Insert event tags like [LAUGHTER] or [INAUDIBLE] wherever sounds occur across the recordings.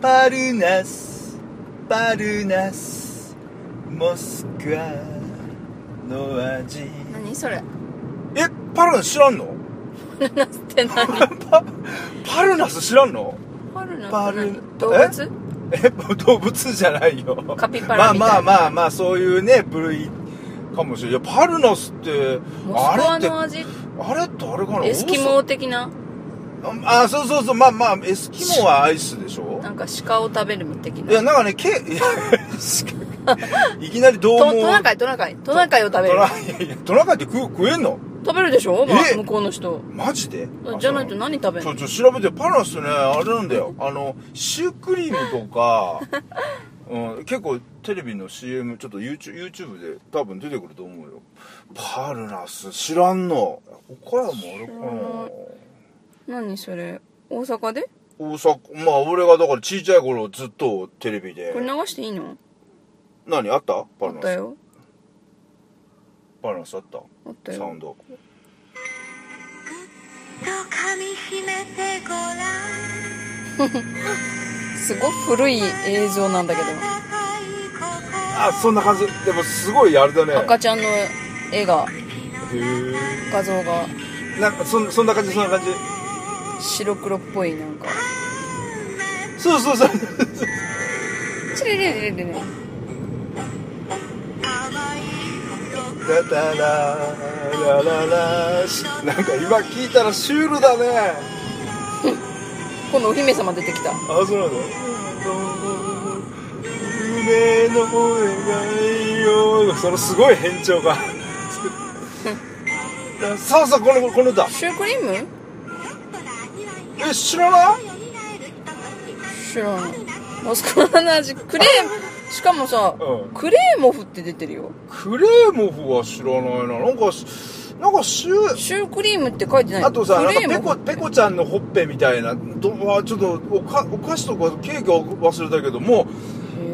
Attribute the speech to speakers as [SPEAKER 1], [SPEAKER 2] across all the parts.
[SPEAKER 1] パルナスパルナスモスクワの味
[SPEAKER 2] 何それ
[SPEAKER 3] えパルナス知らんの
[SPEAKER 2] パルナスって何
[SPEAKER 3] パパルナス知らんの
[SPEAKER 2] パルナスって何
[SPEAKER 1] パル
[SPEAKER 2] 動物
[SPEAKER 3] [LAUGHS] え動物じゃないよ
[SPEAKER 2] カピバラみたいな
[SPEAKER 3] まあまあまあまあそういうね部類かもしれないいやパルナスって
[SPEAKER 2] モスク
[SPEAKER 3] あれ
[SPEAKER 2] ワ
[SPEAKER 3] って
[SPEAKER 2] の味
[SPEAKER 3] あれってあれかな
[SPEAKER 2] エスキモー的な
[SPEAKER 3] あそうそうそうまあまあエスキモはアイスでしょ
[SPEAKER 2] なんか鹿を食べるみたい
[SPEAKER 3] いや
[SPEAKER 2] な
[SPEAKER 3] なんかねけいや [LAUGHS] いきなりどう
[SPEAKER 2] ト
[SPEAKER 3] も
[SPEAKER 2] トナカイトナカイトナカイを食べる
[SPEAKER 3] トラいやいやトナカイって食う食えんの
[SPEAKER 2] 食べるでしょ、まあ
[SPEAKER 3] え
[SPEAKER 2] 向こうの人
[SPEAKER 3] マジで
[SPEAKER 2] じゃないと
[SPEAKER 3] あ
[SPEAKER 2] 何食べん
[SPEAKER 3] そ
[SPEAKER 2] の
[SPEAKER 3] うちょちょ調べてパルナスねあれなんだよあのシュークリームと
[SPEAKER 2] [LAUGHS]
[SPEAKER 3] か、うん、結構テレビの CM ちょっと YouTube, YouTube で多分出てくると思うよパルナス知らんの岡山あれかな
[SPEAKER 2] 何それ大阪で
[SPEAKER 3] 大阪まあ俺がだから小さい頃ずっとテレビで
[SPEAKER 2] これ流していいの
[SPEAKER 3] 何あったパ
[SPEAKER 2] あ
[SPEAKER 3] ル
[SPEAKER 2] っ
[SPEAKER 3] ナ
[SPEAKER 2] た
[SPEAKER 3] ス
[SPEAKER 2] よ
[SPEAKER 3] パルナスあった
[SPEAKER 2] あった
[SPEAKER 3] サウ
[SPEAKER 2] よ
[SPEAKER 3] ンド
[SPEAKER 4] と髪ひめてごらん
[SPEAKER 2] すごい古い映像なんだけど
[SPEAKER 4] 高い心
[SPEAKER 3] あそんな感じでもすごいあれだね
[SPEAKER 2] 赤ちゃんの絵が
[SPEAKER 3] へー
[SPEAKER 2] 画像が
[SPEAKER 3] なんかそんそんな感じそんな感じ
[SPEAKER 2] 白黒っぽいなんか
[SPEAKER 3] そうそうそう
[SPEAKER 2] チリリリリリリ
[SPEAKER 3] ララララララしなんか今聞いたらシュールだね
[SPEAKER 2] 今度お姫様出てきた
[SPEAKER 3] あそうなの夢の願いよそのすごい変調がそうそうこのこの歌
[SPEAKER 2] シュークリーム
[SPEAKER 3] え知らない
[SPEAKER 2] 知らんモスクワの味クレームしかもさ、
[SPEAKER 3] うん
[SPEAKER 2] クレーモフって出てるよ
[SPEAKER 3] クレーモフは知らないななんかなんかシュー
[SPEAKER 2] シュークリームって書いてない
[SPEAKER 3] あとさ、
[SPEAKER 2] ク
[SPEAKER 3] なんか
[SPEAKER 2] レー
[SPEAKER 3] ペ
[SPEAKER 2] モ
[SPEAKER 3] コ、
[SPEAKER 2] フ
[SPEAKER 3] ペコちゃんのほっぺみたいな、どわちょっとおか、お菓子とかケーキは忘れたけども、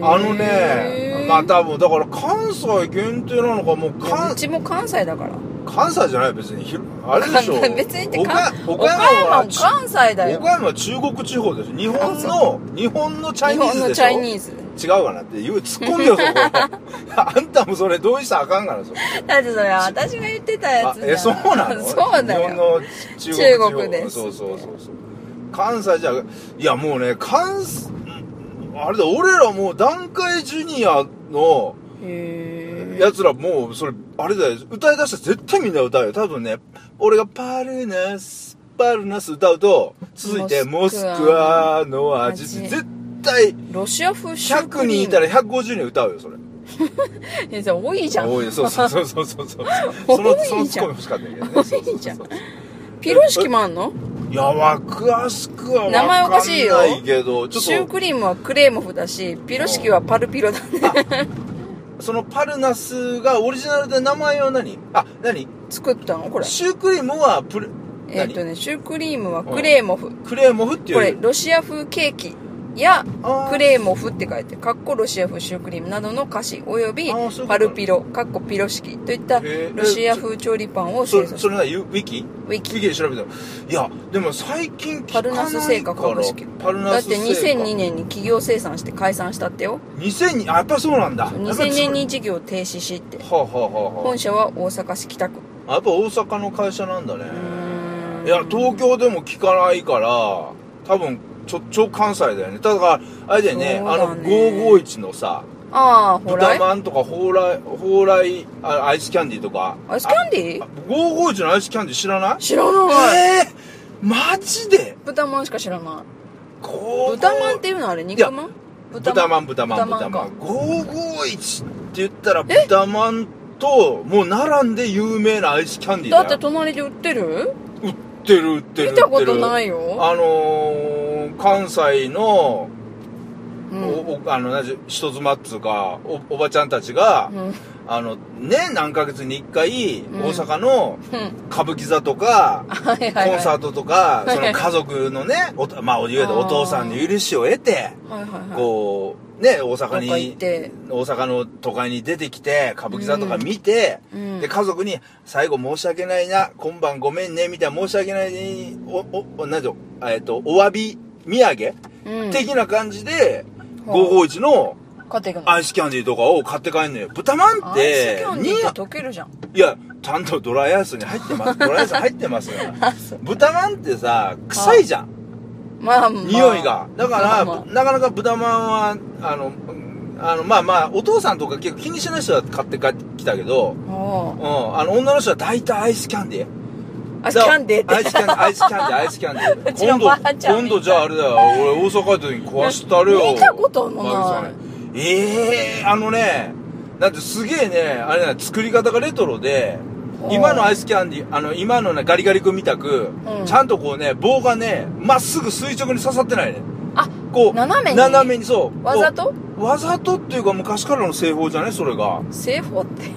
[SPEAKER 3] あのね、まあ多分、だから関西限定なのか、もう
[SPEAKER 2] いやう
[SPEAKER 3] 関、
[SPEAKER 2] ちも関西だから
[SPEAKER 3] 関西じゃない別に、ひあれでしょ
[SPEAKER 2] [LAUGHS] 別にって
[SPEAKER 3] 岡
[SPEAKER 2] か
[SPEAKER 3] 岡
[SPEAKER 2] 岡
[SPEAKER 3] 山
[SPEAKER 2] 山
[SPEAKER 3] は
[SPEAKER 2] も
[SPEAKER 3] ち、
[SPEAKER 2] 関西だよ
[SPEAKER 3] 岡山は中国地方でしょ日
[SPEAKER 2] あ
[SPEAKER 3] 本
[SPEAKER 2] そ
[SPEAKER 3] の、日本のチャイ
[SPEAKER 2] 日
[SPEAKER 3] ニー
[SPEAKER 2] 本
[SPEAKER 3] ズで
[SPEAKER 2] のチ
[SPEAKER 3] しょ
[SPEAKER 2] ャイニーズ
[SPEAKER 3] 違うかなって言う、突っ込んでよ、そ
[SPEAKER 2] [LAUGHS]
[SPEAKER 3] こあんたもそれ同意したらあかんから、それ。
[SPEAKER 2] だってそれ私が言ってたや
[SPEAKER 3] あ
[SPEAKER 2] つじゃん
[SPEAKER 3] えそうなの
[SPEAKER 2] [LAUGHS] そうだ
[SPEAKER 3] 日
[SPEAKER 2] よ
[SPEAKER 3] 本の中国地方
[SPEAKER 2] 中国です
[SPEAKER 3] そうそうそうそう関西じゃいやもうね関西んあれだ俺らもう段階ジュニアの
[SPEAKER 2] へえ
[SPEAKER 3] やつらもうそれあれだよ歌い出したら絶対みんな歌うよ多分ね俺が「パルナスパルナス」歌うと続いて「モ
[SPEAKER 2] モ
[SPEAKER 3] ス
[SPEAKER 2] ス
[SPEAKER 3] ク
[SPEAKER 2] ク
[SPEAKER 3] ワ
[SPEAKER 2] ワ
[SPEAKER 3] の味」
[SPEAKER 2] 味
[SPEAKER 3] 絶対
[SPEAKER 2] ロシア風シュー
[SPEAKER 3] 100
[SPEAKER 2] ク
[SPEAKER 3] 人
[SPEAKER 2] リーム
[SPEAKER 3] いたら150人歌うよそれ
[SPEAKER 2] えじゃあ多いじゃん
[SPEAKER 3] 多いそうそうそうそうそうそう
[SPEAKER 2] [LAUGHS] 多い
[SPEAKER 3] その
[SPEAKER 2] じゃん
[SPEAKER 3] そのツッコミ欲しかったけどねそうそうそうそう
[SPEAKER 2] 多いじゃんピロシキもあんの
[SPEAKER 3] いや、わ、詳しくはわ
[SPEAKER 2] 名前おかしいよ
[SPEAKER 3] かんないけど、
[SPEAKER 2] シ
[SPEAKER 3] ち
[SPEAKER 2] ュ
[SPEAKER 3] ょっ
[SPEAKER 2] ークリームはクレーモフだしピロシキはパルピロだね
[SPEAKER 3] と、そのパルナスがオリジナルで名前は何あ、何
[SPEAKER 2] 作ったのこれ
[SPEAKER 3] シュークリームはプレ、
[SPEAKER 2] えっ、
[SPEAKER 3] 何
[SPEAKER 2] とねシュークリームはクレーモフ
[SPEAKER 3] クレーモフっていう。
[SPEAKER 2] これロシア風ケーキや
[SPEAKER 3] あー
[SPEAKER 2] クレーモフって書いてかっこロシア風シュークリームなどの菓子および
[SPEAKER 3] あーそういうこと
[SPEAKER 2] パルピロかっこピロ式といった
[SPEAKER 3] へー
[SPEAKER 2] ロシア風調理パンを
[SPEAKER 3] そ
[SPEAKER 2] 製
[SPEAKER 3] れ、
[SPEAKER 2] 造し
[SPEAKER 3] それな、ゆウィキ
[SPEAKER 2] ウィ
[SPEAKER 3] ウィ
[SPEAKER 2] キ
[SPEAKER 3] キで調べたのいや、でも最近聞
[SPEAKER 2] パ
[SPEAKER 3] か
[SPEAKER 2] ル
[SPEAKER 3] ないか
[SPEAKER 2] ナ
[SPEAKER 3] ら
[SPEAKER 2] ス製菓株式
[SPEAKER 3] パル
[SPEAKER 2] だ
[SPEAKER 3] ナ
[SPEAKER 2] っ
[SPEAKER 3] ス
[SPEAKER 2] て
[SPEAKER 3] 製菓。
[SPEAKER 2] 2002年に企業生産して解散したってよ
[SPEAKER 3] 2002、あ、やっぱりそうなんだ。
[SPEAKER 2] 2000年
[SPEAKER 3] やっ
[SPEAKER 2] に事業を停止しって
[SPEAKER 3] ぱりそう。はあ、はあはあは
[SPEAKER 2] 本社は大阪市北区
[SPEAKER 3] あ、あやっぱ大阪の会社なんだね。
[SPEAKER 2] うーん
[SPEAKER 3] いや、東京でも聞かないから、多分、ちょ、超関西だよね。ただから、あれだよね、
[SPEAKER 2] そう
[SPEAKER 3] あ
[SPEAKER 2] だね
[SPEAKER 3] の、551のさ、
[SPEAKER 2] ああほら
[SPEAKER 3] 豚
[SPEAKER 2] い
[SPEAKER 3] まんとか、蓬莱、蓬莱、あアイスキャンディーとか。
[SPEAKER 2] アイスキャンディー
[SPEAKER 3] 551のアイスキャンディー知らない
[SPEAKER 2] 知らない
[SPEAKER 3] えー、マジで
[SPEAKER 2] 豚まんしか知らない
[SPEAKER 3] 551
[SPEAKER 2] 豚まんっていうのはあれ肉まん
[SPEAKER 3] 豚まん、豚まん、
[SPEAKER 2] 豚ま
[SPEAKER 3] 豚
[SPEAKER 2] ん
[SPEAKER 3] ま
[SPEAKER 2] か
[SPEAKER 3] ん。551って言ったら、豚まんと、もう並んで有名なアイスキャンディー
[SPEAKER 2] だ
[SPEAKER 3] だよ。
[SPEAKER 2] って隣で売ってる
[SPEAKER 3] 売ってる、売ってる。。
[SPEAKER 2] 見たことないいよ
[SPEAKER 3] あのー、関西の、
[SPEAKER 2] うん
[SPEAKER 3] おおあの、なじ、人妻っつうか、お、おばちゃんたちが、
[SPEAKER 2] うん
[SPEAKER 3] あの、ね、何ヶ月に一回、
[SPEAKER 2] ん
[SPEAKER 3] 大阪の
[SPEAKER 2] うん
[SPEAKER 3] 歌舞伎座とか、
[SPEAKER 2] はいはい
[SPEAKER 3] コ
[SPEAKER 2] は
[SPEAKER 3] ン
[SPEAKER 2] い
[SPEAKER 3] サートとか、
[SPEAKER 2] はい
[SPEAKER 3] その家族のね、おとまあ、いわゆるお父さんの許しを得て、
[SPEAKER 2] はいはいはい
[SPEAKER 3] こう、ね、大阪
[SPEAKER 2] どっか行
[SPEAKER 3] に
[SPEAKER 2] っ、て
[SPEAKER 3] 大阪の都会に出てきて、歌舞伎座とか見て、
[SPEAKER 2] うん
[SPEAKER 3] で、家族に、最後申し訳ないな、今晩ごめんね、みたいな、申し訳ない、お、お、おなんでしょう、えっと、お詫び、土産、
[SPEAKER 2] うん
[SPEAKER 3] 的な感じで、
[SPEAKER 2] ほう
[SPEAKER 3] 551の
[SPEAKER 2] 買っていくの
[SPEAKER 3] アイスキャンディーとかを買って帰んのよ。豚まんっ
[SPEAKER 2] アイス
[SPEAKER 3] て
[SPEAKER 2] キャ、ンディーって溶けるじゃん
[SPEAKER 3] いや、ちゃんとドライアイスに入って
[SPEAKER 2] [LAUGHS]
[SPEAKER 3] ます。ドライアイス入ってますから。豚まんってさ、臭いじゃん。
[SPEAKER 2] まあまあ
[SPEAKER 3] 匂いが。だから、
[SPEAKER 2] まあま
[SPEAKER 3] なかなか豚まんは、あの、あの、まあまあ、お父さんとか結構気にしない人は買って帰ってきたけど、
[SPEAKER 2] あお
[SPEAKER 3] う、
[SPEAKER 2] うん
[SPEAKER 3] あの、女の人は大体アイスキャンディー。
[SPEAKER 2] アイスキャンデ
[SPEAKER 3] ア
[SPEAKER 2] ーっ
[SPEAKER 3] イ
[SPEAKER 2] て
[SPEAKER 3] スキャンディー、アイスキャンディー、アイスキャンディー。
[SPEAKER 2] うちのばあちゃん
[SPEAKER 3] 今度、今度じゃああれだよ。俺大阪行った時に壊したるよ。
[SPEAKER 2] 見たこともない
[SPEAKER 3] おかげさまで。ええあのね、なんてすげえね、あれだよ作り方がレトロで、
[SPEAKER 2] お
[SPEAKER 3] 今のアイスキャンディー、あの、今のね、ガリガリ君みたく、
[SPEAKER 2] うん
[SPEAKER 3] ちゃんとこうね、棒がね、まっすぐ垂直に刺さってないね。
[SPEAKER 2] [LAUGHS] あ
[SPEAKER 3] こう、
[SPEAKER 2] 斜めに
[SPEAKER 3] 斜めにそう。こう
[SPEAKER 2] わざと
[SPEAKER 3] わざとっていうか昔からの製法じゃねそれが。
[SPEAKER 2] 製法って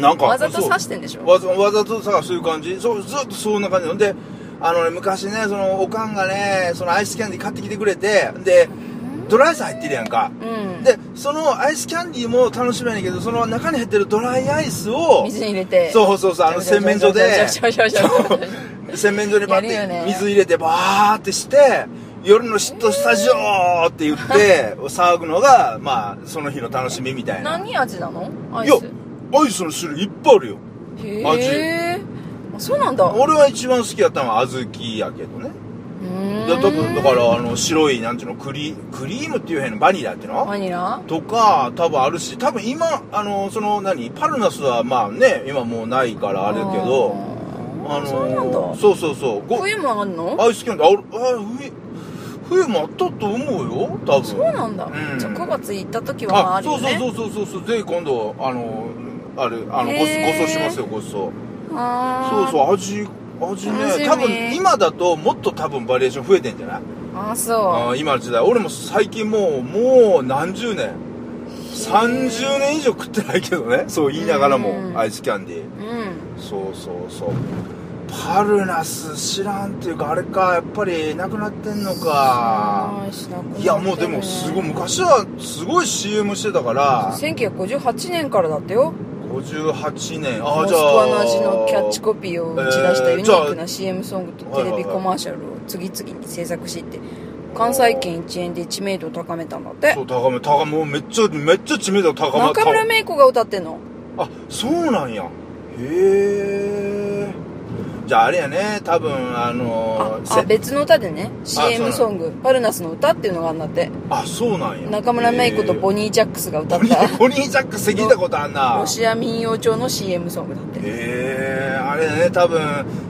[SPEAKER 3] なんか、
[SPEAKER 2] わざと
[SPEAKER 3] そう
[SPEAKER 2] 刺してんでしょ
[SPEAKER 3] わざわざとさそういう感じそうずっとそんな感じなんであのね昔ねそのおかんがねそのアイスキャンディー買ってきてくれてでドライアイス入ってるやんか
[SPEAKER 2] うん
[SPEAKER 3] でそのアイスキャンディーも楽しめないけどその中に入ってるドライアイスを
[SPEAKER 2] 水に入れて
[SPEAKER 3] そうそうそうあの洗面所で
[SPEAKER 2] ちょちょちょちょちょちょちょ
[SPEAKER 3] 洗面所にバッ
[SPEAKER 2] やるよ
[SPEAKER 3] て
[SPEAKER 2] ね
[SPEAKER 3] 水入れてバーってして夜の嫉妬スタジオって言
[SPEAKER 2] [LAUGHS]
[SPEAKER 3] って騒ぐのがまあその日の楽しみみたいな
[SPEAKER 2] [LAUGHS] 何味なのア
[SPEAKER 3] い
[SPEAKER 2] イ
[SPEAKER 3] や
[SPEAKER 2] ス
[SPEAKER 3] アイスの種類いっぱいあるよ味
[SPEAKER 2] へえそうなんだ
[SPEAKER 3] 俺は一番好きやったのは小豆やけどね
[SPEAKER 2] ーん
[SPEAKER 3] だ多分だからあの白いなんていうのクリクリームっていうへんのバニラっていうの
[SPEAKER 2] バニラ
[SPEAKER 3] とか多分あるし多分今あのその何パルナスはまあね今もうないからあれやけど
[SPEAKER 2] あ
[SPEAKER 3] あ
[SPEAKER 2] のそうなんだ
[SPEAKER 3] のそうそうそうご
[SPEAKER 2] 冬もあんの
[SPEAKER 3] アイスキャンディーああ冬冬もあったと思うよ多分
[SPEAKER 2] そうなんだ、
[SPEAKER 3] うん
[SPEAKER 2] じゃあ9月行った時はまあ
[SPEAKER 3] あ
[SPEAKER 2] ある
[SPEAKER 3] そ
[SPEAKER 2] よ
[SPEAKER 3] う
[SPEAKER 2] ね
[SPEAKER 3] そうそうそうそうそうぜひ今度あのあれあのごご
[SPEAKER 2] へ
[SPEAKER 3] 馳
[SPEAKER 2] ー
[SPEAKER 3] 走しますよご馳走
[SPEAKER 2] あ
[SPEAKER 3] そ
[SPEAKER 2] ー
[SPEAKER 3] うそう味味
[SPEAKER 2] 楽し
[SPEAKER 3] ね
[SPEAKER 2] み
[SPEAKER 3] 多分今だともっと多分バリエーション増えてんじゃない
[SPEAKER 2] あー
[SPEAKER 3] あ
[SPEAKER 2] そ
[SPEAKER 3] ー今の時代俺も最近もうもう何十年30年以上食ってないけどねそう言いながら
[SPEAKER 2] う
[SPEAKER 3] も
[SPEAKER 2] ん
[SPEAKER 3] アイスキャンディー
[SPEAKER 2] ううん
[SPEAKER 3] そうそうそうパルナス知らんっていうかあれかやっぱりなくなってんのか
[SPEAKER 2] ーしなくなってるね
[SPEAKER 3] いやもうでもすごい昔はすごい CM してたから
[SPEAKER 2] 1958年からだってよ
[SPEAKER 3] 58年あ
[SPEAKER 2] モ
[SPEAKER 3] あ
[SPEAKER 2] ス
[SPEAKER 3] じ
[SPEAKER 2] ク
[SPEAKER 3] ゃあ
[SPEAKER 2] ワの味のキャッチコピーを打ち出したユ
[SPEAKER 3] え
[SPEAKER 2] ニーク
[SPEAKER 3] ーじゃあ
[SPEAKER 2] な CM ソングと
[SPEAKER 3] はい
[SPEAKER 2] テ
[SPEAKER 3] はい
[SPEAKER 2] レ
[SPEAKER 3] はい
[SPEAKER 2] ビコマーシャルを次々に制作していって関西圏一円で知名度を高めたんだって
[SPEAKER 3] そう高め高めもうめっちゃめっちゃ知名度高まった
[SPEAKER 2] 中村芽衣子が歌ってんの
[SPEAKER 3] あそうなんやへえじゃああれやね多分あ
[SPEAKER 2] あ
[SPEAKER 3] の
[SPEAKER 2] あ
[SPEAKER 3] せ
[SPEAKER 2] 別の歌でね
[SPEAKER 3] そうなの
[SPEAKER 2] CM ソング「パルナスの歌」っていうのがあるんだって
[SPEAKER 3] あそうなんや
[SPEAKER 2] 中村芽衣子とボ
[SPEAKER 3] ニ
[SPEAKER 2] ニー・ジャックスが歌っ
[SPEAKER 3] [LAUGHS] ー
[SPEAKER 2] た
[SPEAKER 3] ボニージャックス聞いたことあんな
[SPEAKER 2] ロシア民謡調の CM ソングだって
[SPEAKER 3] へえあれね多分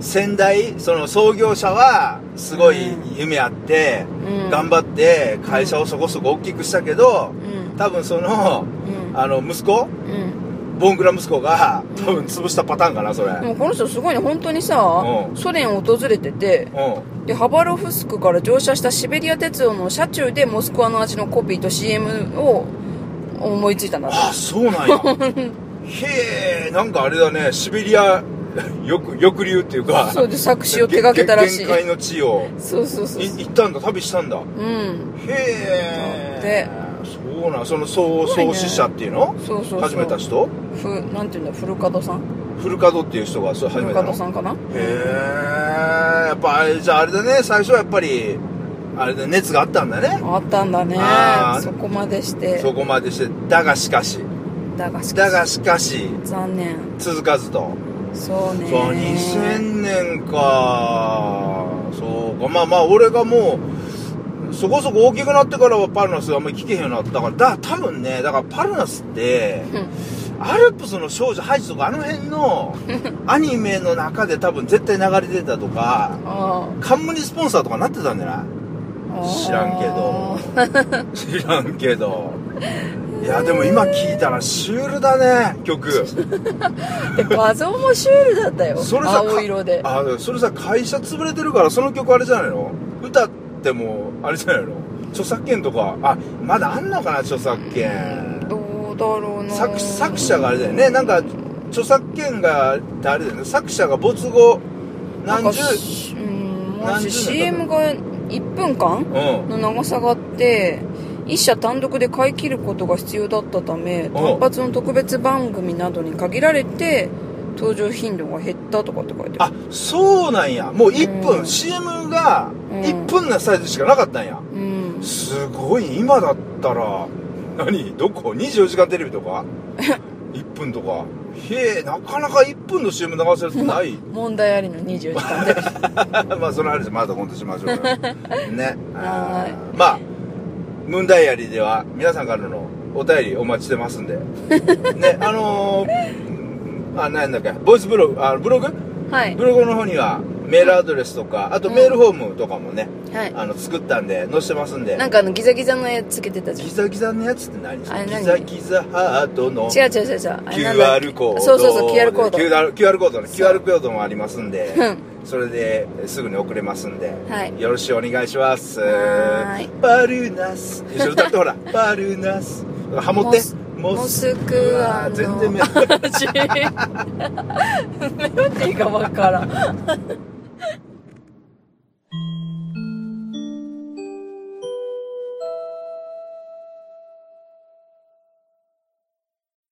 [SPEAKER 3] 先代その創業者はすごい夢あって、
[SPEAKER 2] うん
[SPEAKER 3] 頑張って会社をそこそこ大きくしたけど、
[SPEAKER 2] うん
[SPEAKER 3] 多分その
[SPEAKER 2] うん
[SPEAKER 3] あの息子
[SPEAKER 2] うん
[SPEAKER 3] ボンクラ息子が多分潰したパターンかなそれ、
[SPEAKER 2] でもこの人すごいね本当にさ
[SPEAKER 3] うん
[SPEAKER 2] ソ連を訪れてて
[SPEAKER 3] うん
[SPEAKER 2] でハバロフスクから乗車したシベリア鉄道の車中でモスクワの味のコピーと CM を思いついたんだって
[SPEAKER 3] あそうなんやへえんかあれだねシベリア [LAUGHS] 抑抑留っていうか
[SPEAKER 2] そうで作詞を手掛けたらし
[SPEAKER 3] げげ
[SPEAKER 2] い
[SPEAKER 3] 限界の地を
[SPEAKER 2] そうそうそう
[SPEAKER 3] い
[SPEAKER 2] そう
[SPEAKER 3] 行ったんだ旅したんだへ
[SPEAKER 2] うん
[SPEAKER 3] えそうなんその創
[SPEAKER 2] す
[SPEAKER 3] 創
[SPEAKER 2] ごいね
[SPEAKER 3] 始者っていうの
[SPEAKER 2] そうそうそう
[SPEAKER 3] 始めた人
[SPEAKER 2] ふなんていうんだ古門さん
[SPEAKER 3] 古門っていう人がそれ始め
[SPEAKER 2] 古
[SPEAKER 3] たの
[SPEAKER 2] 門さんかな
[SPEAKER 3] へえやっぱあれじゃああれだね最初はやっぱりあれだ熱があったんだね
[SPEAKER 2] あったんだね
[SPEAKER 3] あー
[SPEAKER 2] そこまでして
[SPEAKER 3] そこまでしてだがしかし
[SPEAKER 2] だがし
[SPEAKER 3] だ
[SPEAKER 2] かし
[SPEAKER 3] がしかし
[SPEAKER 2] 残念
[SPEAKER 3] 続かずと
[SPEAKER 2] そうね
[SPEAKER 3] そう2000年かそうかまあまあ俺がもうそこそこ大きくなってからはパルナスあんまり聞けへんようになったからだ多分ねだからパルナスってアルプスの少女ハイジとかあの辺のアニメの中で多分絶対流れてたとか
[SPEAKER 2] あ
[SPEAKER 3] 冠スポンサーとかなってたんじゃない
[SPEAKER 2] ー
[SPEAKER 3] 知らんけど知らんけどいやでも今聞いたらシュールだね曲
[SPEAKER 2] で画像もシュールだったよ
[SPEAKER 3] それさ
[SPEAKER 2] 青色で
[SPEAKER 3] あそれさ会社潰れてるからその曲あれじゃないの歌ってもあれじゃないの著作権とかあまだあんのかな著作権
[SPEAKER 2] どうだろうな
[SPEAKER 3] 作作者があれだよねなんか著作権がってあれだよね作者が没後
[SPEAKER 2] なん
[SPEAKER 3] 何
[SPEAKER 2] か
[SPEAKER 3] 十
[SPEAKER 2] うんも
[SPEAKER 3] 何十
[SPEAKER 2] し
[SPEAKER 3] 年
[SPEAKER 2] CM が1分間
[SPEAKER 3] うん
[SPEAKER 2] の長さがあって一社単独で買い切ることが必要だったため単発の特別番組などに限られて登場頻度が減ったとかって書いてあ
[SPEAKER 3] あ
[SPEAKER 2] る
[SPEAKER 3] そうなんやもう1分、
[SPEAKER 2] うん
[SPEAKER 3] CM が
[SPEAKER 2] うん
[SPEAKER 3] 1分なサイズしかなかったんや、
[SPEAKER 2] うん
[SPEAKER 3] すごい今だったら何どこ24時間テレビとか1分とかへえなかなか1分の CM 流せるってない
[SPEAKER 2] 問題ありの24時間
[SPEAKER 3] [LAUGHS]
[SPEAKER 2] で
[SPEAKER 3] まあその話また今度しましょうよねあ
[SPEAKER 2] は
[SPEAKER 3] ーまあムーンダイアリーでは皆さんからのお便りお待ちしてますんでねあのー、あなんだっけボイスブログあブログ
[SPEAKER 2] はい
[SPEAKER 3] ブログの方にはメールアドレスとかあとメールフォームとかもね、
[SPEAKER 2] はい
[SPEAKER 3] あの作ったんで載せてますんで
[SPEAKER 2] なんかあのギザギザの絵つけてたじゃん
[SPEAKER 3] ギザギザのやつって何
[SPEAKER 2] あれ
[SPEAKER 3] ギ
[SPEAKER 2] 何
[SPEAKER 3] ザギザハートの
[SPEAKER 2] 違う違う違う違うあれなんだっけ
[SPEAKER 3] QR コード
[SPEAKER 2] そうそうそう QR コード
[SPEAKER 3] QR, QR コードね
[SPEAKER 2] そう
[SPEAKER 3] QR コードもありますんで
[SPEAKER 2] [LAUGHS] うん
[SPEAKER 3] それですぐに送れますんで、
[SPEAKER 2] はい
[SPEAKER 3] よろしくお願いします
[SPEAKER 2] はーい
[SPEAKER 3] バルナス一緒に歌ってほ
[SPEAKER 2] [LAUGHS]
[SPEAKER 3] らバルナスハモっ
[SPEAKER 2] モ
[SPEAKER 3] て
[SPEAKER 2] ス
[SPEAKER 3] モ
[SPEAKER 2] モ
[SPEAKER 3] ス
[SPEAKER 2] スクワの [LAUGHS]
[SPEAKER 3] 全然メ
[SPEAKER 2] 話メロディーがわからん